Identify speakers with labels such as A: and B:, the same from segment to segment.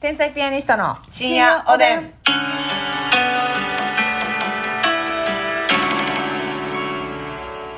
A: 天才ピアニストの深夜おでん。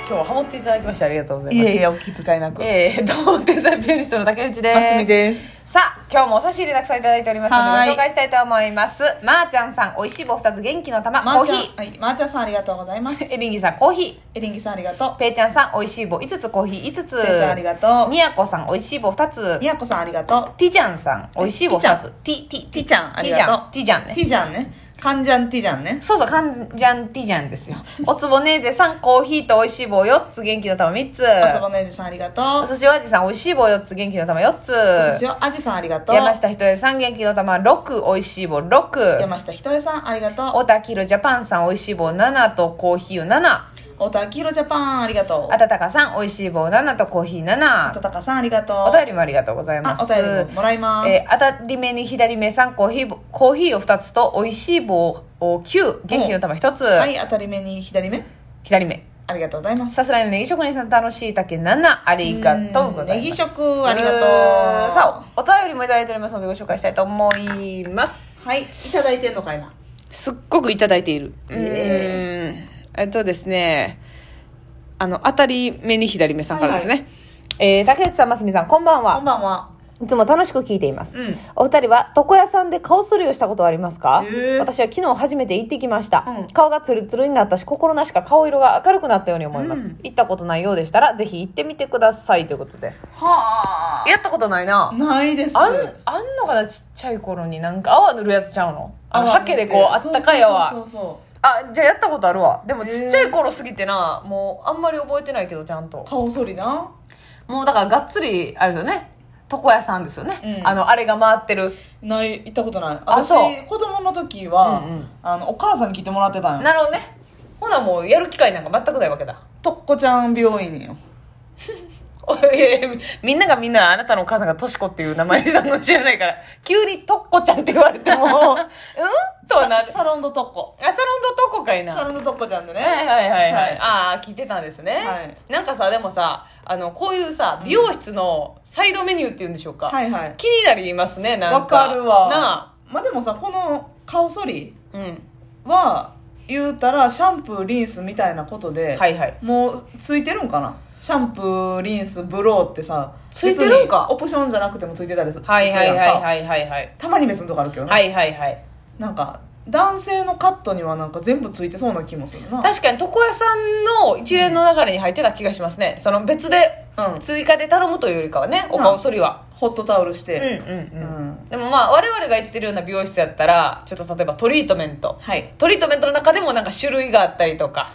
A: 今日ハモっていただきましてありがとうござい
B: い
A: ます。
B: やいや、お気遣いなく。
A: ええどうも天才ピアニストの竹内です。
B: ますみです。
A: さあ、今日もお差し入れたくさんいただいておりますの
B: は
A: で、ご
B: い
A: 紹介したいと思います。まー、ちゃんさん、おいしい棒二つ、元気の玉、
B: ま
A: コ
B: ー
A: ー
B: ちゃん
A: ヒ、
B: はい、まーちゃんさんありがとうござ います。
A: ー。エリンギさん、コーヒー。
B: エリンギさんありがとう。
A: ペイちゃんさん、おいしい棒5つ、コーヒー5つ。
B: ペイちゃんありがとう
A: にやこさん、おいしい棒2つ。
B: にやこさんありがと
A: ティちゃんさん、おいしい棒2つ。ティ、ティ、
B: う。ティちゃんありがとう。
A: ティちゃんね
B: ティちゃんね。カンジャンティちゃんね。
A: そうそう、カンジャンティジャンですよ。おつぼねーぜさん、コーヒーとおいしい棒4つ、元気の玉3つ。
B: あつぼねじさんありがとう。
A: お寿司お味さん、おいしい棒4つ、元気の玉4つ。
B: お寿司をあじさんありがとう。
A: 山下ひとえさん、元気の玉6、おいしい棒6。
B: 山下ひとえさんありがとう。
A: 小田きろジャパンさん、おいしい棒7とコーヒーを7。
B: おたきろジャパンありがとう。
A: あたたかさん、おいしい棒7とコーヒー
B: あ
A: 7
B: た。たかさんありがとう。
A: お便りもありがとうございま
B: あ、
A: す。
B: お便りももらいます。
A: えー当たり目に左目3コーヒーぼコーヒーを2つと美味しい棒を9元気の玉1つ、
B: はい、当たり目に左目。
A: 左目
B: ありがとうございます。
A: さすらいのネギ職人さん楽しいたけ7ありがとうございます
B: うんネギ食ありがとう
A: さあお便りもいただいておりますのでご紹介したいと思います
B: はい、いただいてんのかいな。
A: すっごくいただいているうーん
B: え
A: えっとですねあの当たり目に左目さんからですね、
B: はい
A: えー竹内さんますみさんこんばん
B: こん
A: は
B: ばんは。
A: いつも楽しく聞いています、
B: うん
A: お二人は床屋さんで顔すりをしたことはありますか、
B: へー
A: 私は昨日初めて行ってきました、
B: うん
A: 顔がツルツルになったし心なしか顔色が明るくなったように思います、
B: うん
A: 行ったことないようでしたらぜひ行ってみてくださいということで
B: は
A: やったことないな
B: ないです。
A: あんあんのかなちっちゃい頃になんか泡塗るやつちゃうのあの
B: 泡
A: ハケでこうあったかい
B: そう
A: 泡
B: そうそうそう
A: あじゃあやったことあるわでも
B: へー
A: ちっちゃい頃すぎてなもうあんまり覚えてないけどちゃんと
B: 顔剃りな
A: もうだからがっつりあれですよね床屋さんですよね、
B: うん
A: あのあれが回ってる
B: ない行ったことない
A: あ
B: 私
A: そう
B: 子供の時は、
A: うんうん
B: あのお母さんに来てもらってたんよ
A: なるほどねほなもうやる機会なんか全くないわけだ
B: とっこちゃん病院よ
A: おいやいやみんながみんなあなたのお母さんがとしこっていう名前なの知らないから急にとっこちゃんって言われても うんとはなるあ
B: サロンドとっこ
A: サロンドとこかいな
B: サ
A: は
B: ロンドとっこちゃんでね、
A: いはいはいはい、
B: はい
A: ああ聞いてたんですね、
B: はい
A: なんかさでもさあのこういうさ美容室のサイドメニューっていうんでしょうか、
B: はいはい
A: 気になりますねなん
B: わ
A: か
B: かるわ
A: な
B: まあでもさこの顔剃り
A: あうん
B: は言うたらシャンプーリンスみたいなことで、
A: はいはい
B: もうついてるんかなシャンプーリンスブローってさ
A: ついてるんか
B: 別にオプションじゃなくてもついてたりする
A: はいはいはい
B: い
A: はいはいはい
B: たまに別のとこあるけどね、
A: はいはいはい
B: なんか男性のカットにはなんか全部ついてそうな気もするな
A: 確かに床屋さんの一連の流れに入ってた気がしますね、その別で
B: うん
A: 追加で頼むというよりかはね、お顔剃りは
B: ホットタオルし
A: うんうん
B: て、
A: うん、
B: うん
A: でもまあ我々が行ってるような美容室やったらちょっと例えばトリートメント
B: はい
A: トリートメントの中でもなんか種類があったりとか、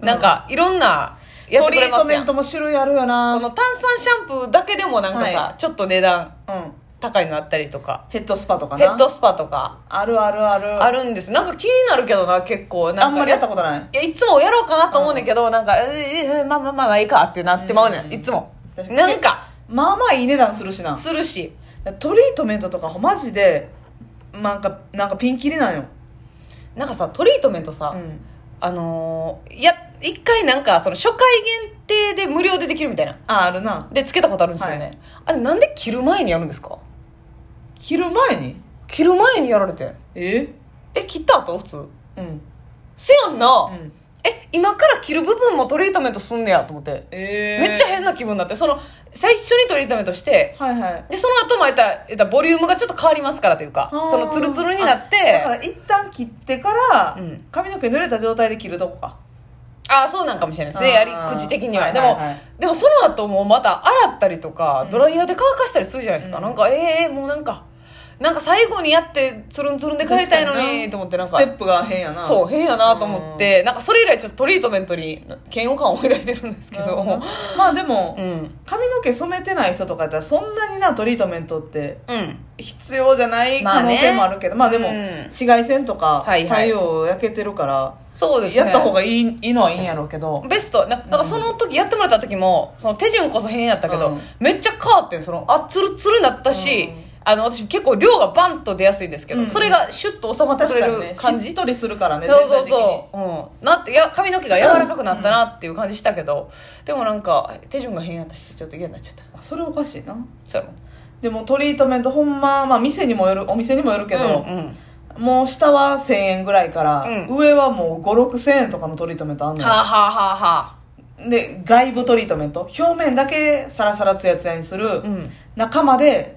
A: なんかいろんなやっ
B: ト
A: て
B: リ
A: くれ
B: ー
A: ま
B: ト
A: す
B: メ
A: や
B: ン
A: ん
B: ト
A: こ
B: も種類あるよな
A: の炭酸シャンプーだけでもなんかさ、
B: は
A: ちょっと値段
B: うん
A: 高いのあったりとか
B: ヘッドスパとかな
A: ヘッドスパとか
B: あるあるある
A: あるんですなんか気になるけどな結構なんか
B: あんまりやったことない
A: いや、いつもやろうかなと思うねんけど、なんか、えーえーまあまあまあまあいいかってなってまうね。
B: うんん
A: いつも。
B: 確かに
A: なんか、
B: まあまあいい値段するしな
A: するし。
B: トリートメントとかほマジでなんかなんかピンキリなんよ、
A: なんかさ、トリートメントさ、
B: うん、
A: あのーいや、一回なんか、その初回限定で無料でできるみたいな。
B: ああるな
A: で、つけたことあるんですよね。
B: は
A: あれ、なんで切る前にやるんですか
B: 切る前に
A: 切る前にやられてん。
B: え
A: え、切った後普通
B: うん
A: せやんな、
B: うん
A: え、今から切る部分もトリートメントすんねやと思って。
B: えー、
A: めっちゃ変な気分になって、その、最初にトリートメントして、
B: はいはい
A: でその後も言ったら言ったらボリュームがちょっと変わりますからというか
B: あー
A: そのツルツルになっ
B: だか
A: て
B: ら一旦切ってから、
A: うん
B: 髪の毛濡れた状態で切るとこか
A: ああそうなんかもしれないですねやり口的には、
B: あー
A: でも、
B: はいはいはい
A: でもその後もうまた洗ったりとか、
B: ん
A: ドライヤーで乾かしたりするじゃないですか、
B: うん
A: なんかええもうなんかなんか最後にやってツルンツルンで帰りたいの
B: 確か
A: に
B: にな
A: と思ってなん
B: ス
A: か
B: テップが変やな
A: そう変やなと思って、なんかそれ以来ちょっとトリートメントに 嫌悪感を抱いてるんですけ
B: なる
A: ど
B: ほどまあでも、
A: うん
B: 髪の毛染めてない人とかやったらそんなになトリートメントって
A: うん
B: 必要じゃない
A: まあ
B: 可
A: ね
B: 能性もあるけどまあ,、
A: うん
B: でも紫外線とか
A: はいはい
B: 太陽焼けてるから、
A: そうですね
B: やった方がいいいいのはいいんやろうけど、
A: ベストななんかその時やってもらった時もその手順こそ変やったけど、
B: うん
A: めっちゃ変わってんそのあツルツルなったし、
B: うん
A: あの私結構量がバンと出やすいんですけど、
B: うん
A: それがシュッと収まってく
B: 確
A: れ
B: かにね
A: る感
B: し
A: じ、
B: っとりするからね
A: そうそう
B: 全体的に
A: そう、うん、なってや髪の毛が柔らかくなったなっていう感じしたけど、でもなんか手順が変やったしちょっと嫌になっちゃった
B: あそれおかしいな
A: そうやろ
B: でもトリートメントほんま、まあ店にもよる、お店にもよるけど、
A: うんうん
B: もう下は1000円ぐらいから、
A: う
B: 上はもう5、6000円とかのトリートメントあんのよ
A: はあ、はあはあは
B: で、外部トリートメント。表面だけサラサラツヤツヤにする。
A: あ、うん
B: 中まで、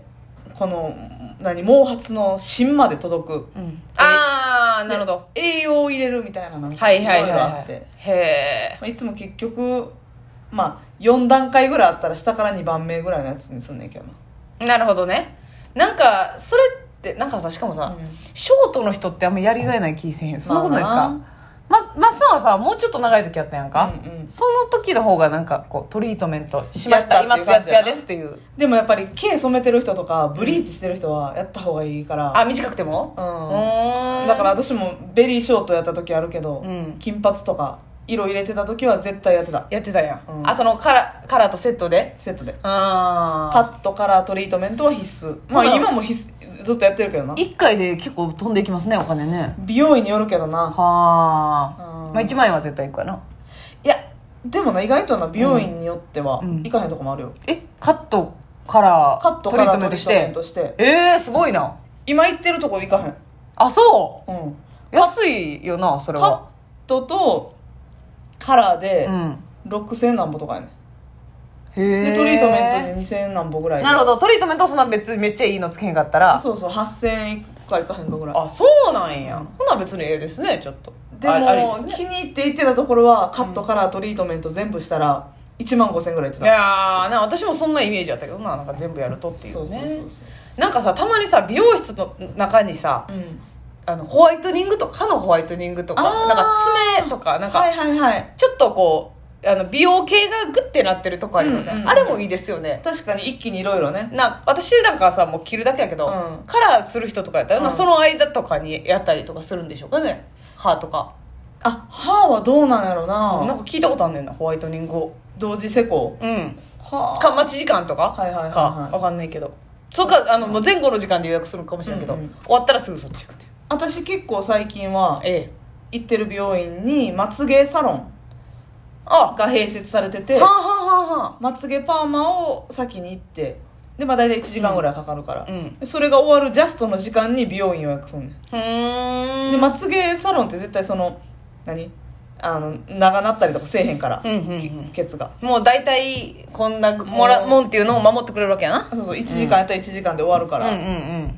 B: この、何、毛髪の芯まで届く。
A: うん、ああなるほど
B: で。栄養を入れるみたいなのが
A: はいはいはい
B: ろろ
A: は
B: あっ
A: い
B: て。
A: へえ
B: まあ、いつも結局、まあ、4段階ぐらいあったら下から2番目ぐらいのやつにすんねんけどな。
A: なるほどねなんかそれってなんかさしかもさ、
B: うん
A: ショートの人ってあんまやりがいない気せえへんそんなことないです
B: ま
A: か
B: あ
A: まマッサンはさもうちょっと長い時やったやんか、
B: うんうん
A: その時の方がなんかこうトリートメントしました
B: やった
A: 今
B: っていう
A: ツヤ
B: 感
A: ツ
B: じや
A: ヤ
B: な
A: ですっていう
B: でもやっぱり毛染めてる人とかブリーチしてる人はやった方がいいから、
A: あ短くても
B: う
A: うんーん
B: だから私もベリーショートやった時あるけど、
A: うん
B: 金髪とか色入れてた時は絶対やってた
A: やってたやん、
B: うん
A: あそのカラーカラーとセットで
B: セットで
A: あ
B: カ
A: あ
B: ットカラートリートメントは必須
A: ほ
B: まあ
A: な
B: 今も必須ずっとやってるけどな
A: 1回で結構飛んでいきますねお金ね
B: 美容院によるけどな
A: はあ
B: うん
A: まあ1万円は絶対いくわない
B: やでもな意外とな美容院によっては
A: うん
B: 行かへんとこもあるよ、
A: えカットから
B: カッ
A: ト
B: トカ
A: リ
B: ラ
A: ー
B: ー
A: トメ
B: ト
A: ント
B: リー
A: し
B: トメ
A: て
B: ントして
A: えー、すごいな
B: 今行ってるとこ行かへ
A: あそ
B: ん、うん、
A: う安いよなそれ
B: カッ
A: は
B: トとカラーで
A: うん
B: 6000何歩とかやねん
A: へえ
B: でトリートメントで2000円何本ぐらいで
A: なるほどトリートメントはそんな別にめっちゃいいのつけへんかったら
B: そうそう8000円いくかいかへんかぐらい
A: あそうなんやほな別にええですねちょっと
B: でも
A: あありですね
B: 気に入って行ってたところはカットカラートリートメント全部したら1万5000円ぐらいいって
A: い
B: た、
A: やーな私もそんなイメージだったけどななんか全部やるとっていうね
B: そうそうそうそう
A: なんかさたまにさ美容室の中にさ
B: うん
A: あのホワイトニングとか歯のホワイトニングとか
B: あー
A: なんか爪とかなん
B: は
A: か
B: いはいはい
A: ちょっとこうあの美容系がグッてなってるとこありません、
B: うんうんうん
A: あれもいいですよね
B: 確かに一気にいろいろね
A: な私なんかさもう着るだけやけど、
B: うん
A: カラーする人とかやったら、な
B: うん
A: その間とかにやったりとかするんでしょうかね歯とか
B: あ歯はどうなんやろな
A: なんか聞いたことあんねんなホワイトニングを
B: 同時施工
A: うん
B: はあ
A: か待ち時間とか
B: はいはいはいはい
A: かわかんないけどそうかあのもう前後の時間で予約するかもしれんけど、
B: うんうん
A: 終わったらすぐそっち行くっていう
B: 私結構最近は
A: ええ
B: 行ってる美容院にまつげサロン
A: あは
B: が併設されて
A: あ
B: て
A: はあはあは
B: まつげパーマを先に行ってでまあ大体1時間ぐらいかかるから、
A: あうん
B: でそれが終わるジャストの時間に美容院予約すんねん
A: ふーん
B: でまつげサロンって絶対その何あの長なったりとかせえへんから、
A: うんうんうん
B: きケツが
A: もう大体こんなもら
B: うん
A: もんっていうのを守ってくれるわけやな
B: そうそう1時間やったら1時間で終わるか
A: うんうん
B: ら、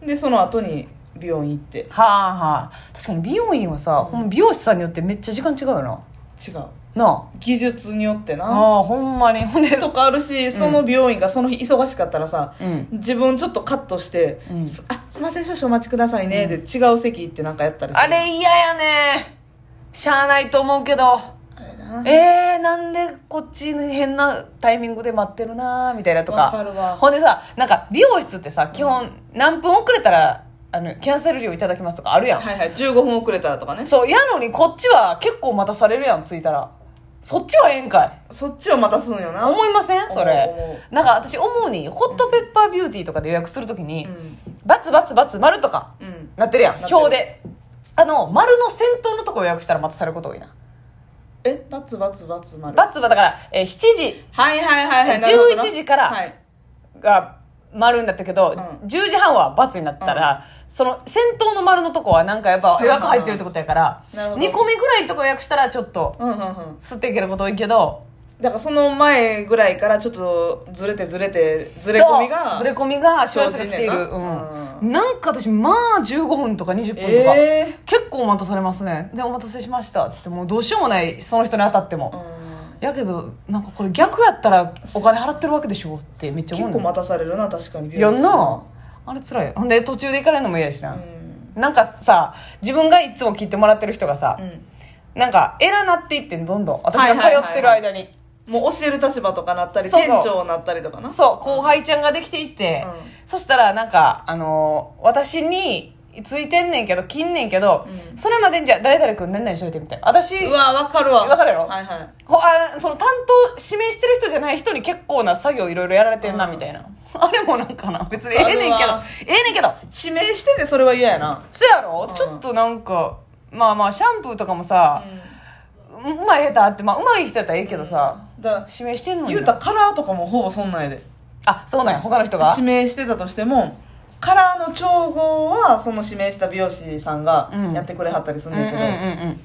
A: うん
B: でその後に美容院行って
A: はあはあ確かに美容院はさ、ほんま美容師さんによってめっちゃ時間違うよな
B: 違う
A: な
B: 技術によって
A: あ
B: な
A: ああほんまにほ んで
B: とかあるしその美容院がその日忙しかったらさ、
A: うん
B: 自分ちょっとカットして「
A: うん
B: すあすいません少々お待ちくださいね」で違う席行ってなんかやったりする
A: あれ嫌やねしゃあないと思うけど
B: あれな
A: えー、なんでこっちに変なタイミングで待ってるなーみたいなと
B: わか
A: か
B: るわ
A: ほんでさなんか美容室ってさ基本何分遅れたらあのキャンセル料いただきますとかあるやん、
B: はいはい15分遅れたらとかね
A: そうやのにこっちは結構待たされるやん着いたらそっちはええんかい
B: そっちをまたすんよな
A: 思いませんそれ
B: 思う
A: なんか私思うにホットペッパービューティーとかで予約するときに、
B: 思う
A: バツバツバツ丸とか
B: うん、うん、
A: なってるやん
B: なってる
A: 表であの丸の先頭のとこ予約したら待たされることが多いな
B: えバツバツバツ丸
A: バツはだから、えー7時
B: はいはいはいはい。
A: 11時から
B: はい。
A: が丸になったけど、
B: う
A: 10時半は×になったら、その先頭の丸のとこはなんかやっぱ予約入ってるってことやから、
B: なるほど
A: 2個目ぐらいのとこ予約したらちょっと
B: うんうんうん。
A: 吸っていけること多いけど
B: だからその前ぐらいからちょっとずれてずれて、ず
A: ず
B: れ込みが。
A: ずれ込みがしわ寄せが来ている
B: 生じんねんな
A: うん、なんか私まあ15分とか20分とか、
B: え
A: 結構待たされますねでお待たせしましたっつってもうどうしようもないその人に当たって
B: え
A: も、
B: うん
A: やけどなんかこれ逆やったらお金払ってるわけでしょってめっちゃ思う
B: 結
A: ね
B: 構待たされるな、確かに。
A: やんなあれ辛いほんで途中で行かれるのも嫌やしな、
B: うん。
A: なんかさ自分がいつも聞いてもらってる人がさ、
B: うん。
A: なんか偉なっていってんどんどん私が通ってる間に、
B: もう教える立場とかなったり、
A: そうそ
B: 店
A: う
B: 長になったりとかな。
A: そう後輩ちゃんができていって、
B: うん
A: そしたらなんかあのー私についてんねんけど切んねんけど、
B: う
A: それまでにじゃあ誰々君何々しといてみたいな私
B: うわ、わかるわ。
A: わかるやろ
B: はいはい。
A: ほあその担当指名してる人じゃない人に結構な作業いろいろやられてんなみたいな、 あれもなんかな別にええねんけど
B: あるわ
A: ええねんけど
B: 指名しててそれは嫌やな。
A: そやろ、
B: うん
A: ちょっとなんかまあまあシャンプーとかもさ、ううまい下手あってまあうまい人やったらええけどさ、
B: だから
A: 指名してんのに
B: 言うたらカラーとかもほぼそんなんやで。
A: あそうなんや他の人が
B: 指名してたとしてもカラーの調合はその指名した美容師さんが
A: うん
B: やってくれはったりす
A: うんんうんうん
B: ねんけど、
A: うん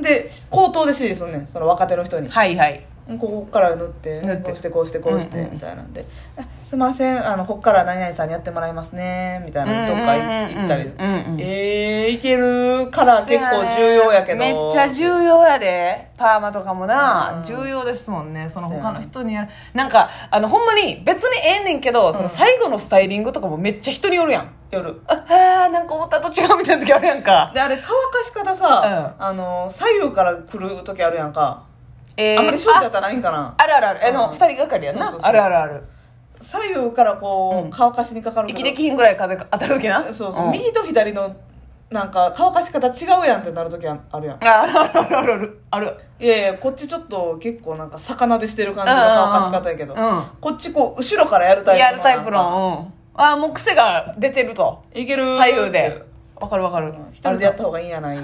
B: で口頭で指示すんねんその若手の人に
A: はいはい
B: ここから塗って
A: 塗って
B: こうしてこうしてこう
A: う
B: し
A: んう
B: て
A: んうん
B: みたいなんで「あすいませんあのこっから何々さんにやってもらいますね」みたいなどっか行ったり
A: うんうんうんうん
B: えー、いけるカラー結構重要やけど
A: めっちゃ重要やでパーマとかもな、
B: うん
A: 重要ですもんねその
B: そうや
A: 他
B: な
A: の人にやるなんかあのほんまに別にええねんけど、その最後のスタイリングとかもめっちゃ人によるやん
B: 夜
A: ああーなんか思ったと違うみたいな時あるやんか
B: であれ乾かし方さ、あの左右から来る時あるやんか、
A: えー
B: あんまりショートやったらないんかな
A: ああるあるあるあの、
B: うん
A: 二人がかりやんな
B: そうそうそう
A: あるあるある
B: 左右からこう、
A: うん
B: 乾かしにかかるけど
A: 息できひんぐらい風が当たる時な
B: そうそう、
A: ん
B: 右と左のなんか乾かし方違うやんってなる時ああるやん
A: ああるあるあるあるあるある
B: いやいやこっちちょっと結構なんか魚でしてる感じの乾かし方やけど、
A: うんうんうんうん
B: こっちこう後ろからやるタイプ
A: やるタイプの、うん、ああもう癖が出てると
B: いける
A: 左右でわかるわかる
B: 一人でやった方がいいんやない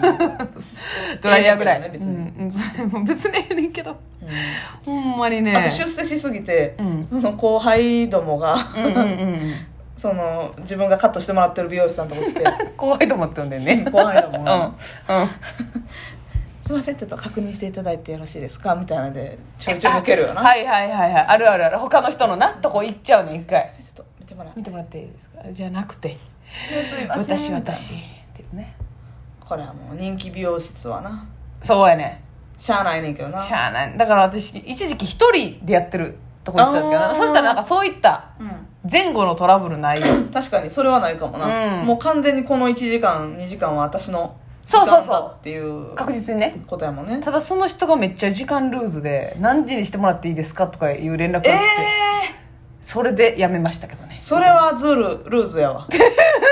A: ドライヤーぐらい、
B: ええねんけど
A: う
B: ね
A: んうんそれも別にええねんけどほんまにね
B: あと出世しすぎて、
A: うん
B: その後輩どもが、
A: うんうん
B: その自分がカットしてもらってる美容師さんとこ 来て
A: うん後輩と思って呼んでんね
B: 後輩ど
A: う
B: も
A: んうん
B: が、すいませんちょっと確認していただいてよろしいですかみたいなんでちょいちょい抜ける よな、
A: はいはいはいはいあるあるある他の人のなとこ行っちゃうねん一回
B: ちょっと見てもらって
A: 見てもらっていいですかじゃなくて
B: すいません
A: 私私っていうね
B: これはもう人気美容室はな
A: そうやね
B: しゃあないねんけどな
A: しゃあないだから私一時期一人でやってるとこ行ってたんですけ
B: あ
A: ど
B: ー
A: そしたらなんかそういった
B: う
A: 前後のトラブルないよ
B: ん、確かにそれはないかもな、
A: うん
B: もう完全にこの1時間2時間は私の
A: そうそうそう
B: 時間だっていう
A: 確実にね
B: ことやもんね
A: ただその人がめっちゃ時間ルーズで何時にしてもらっていいですかとかいう連絡が来て、
B: ええ
A: それでやめましたけどね
B: それはズルルーズやわ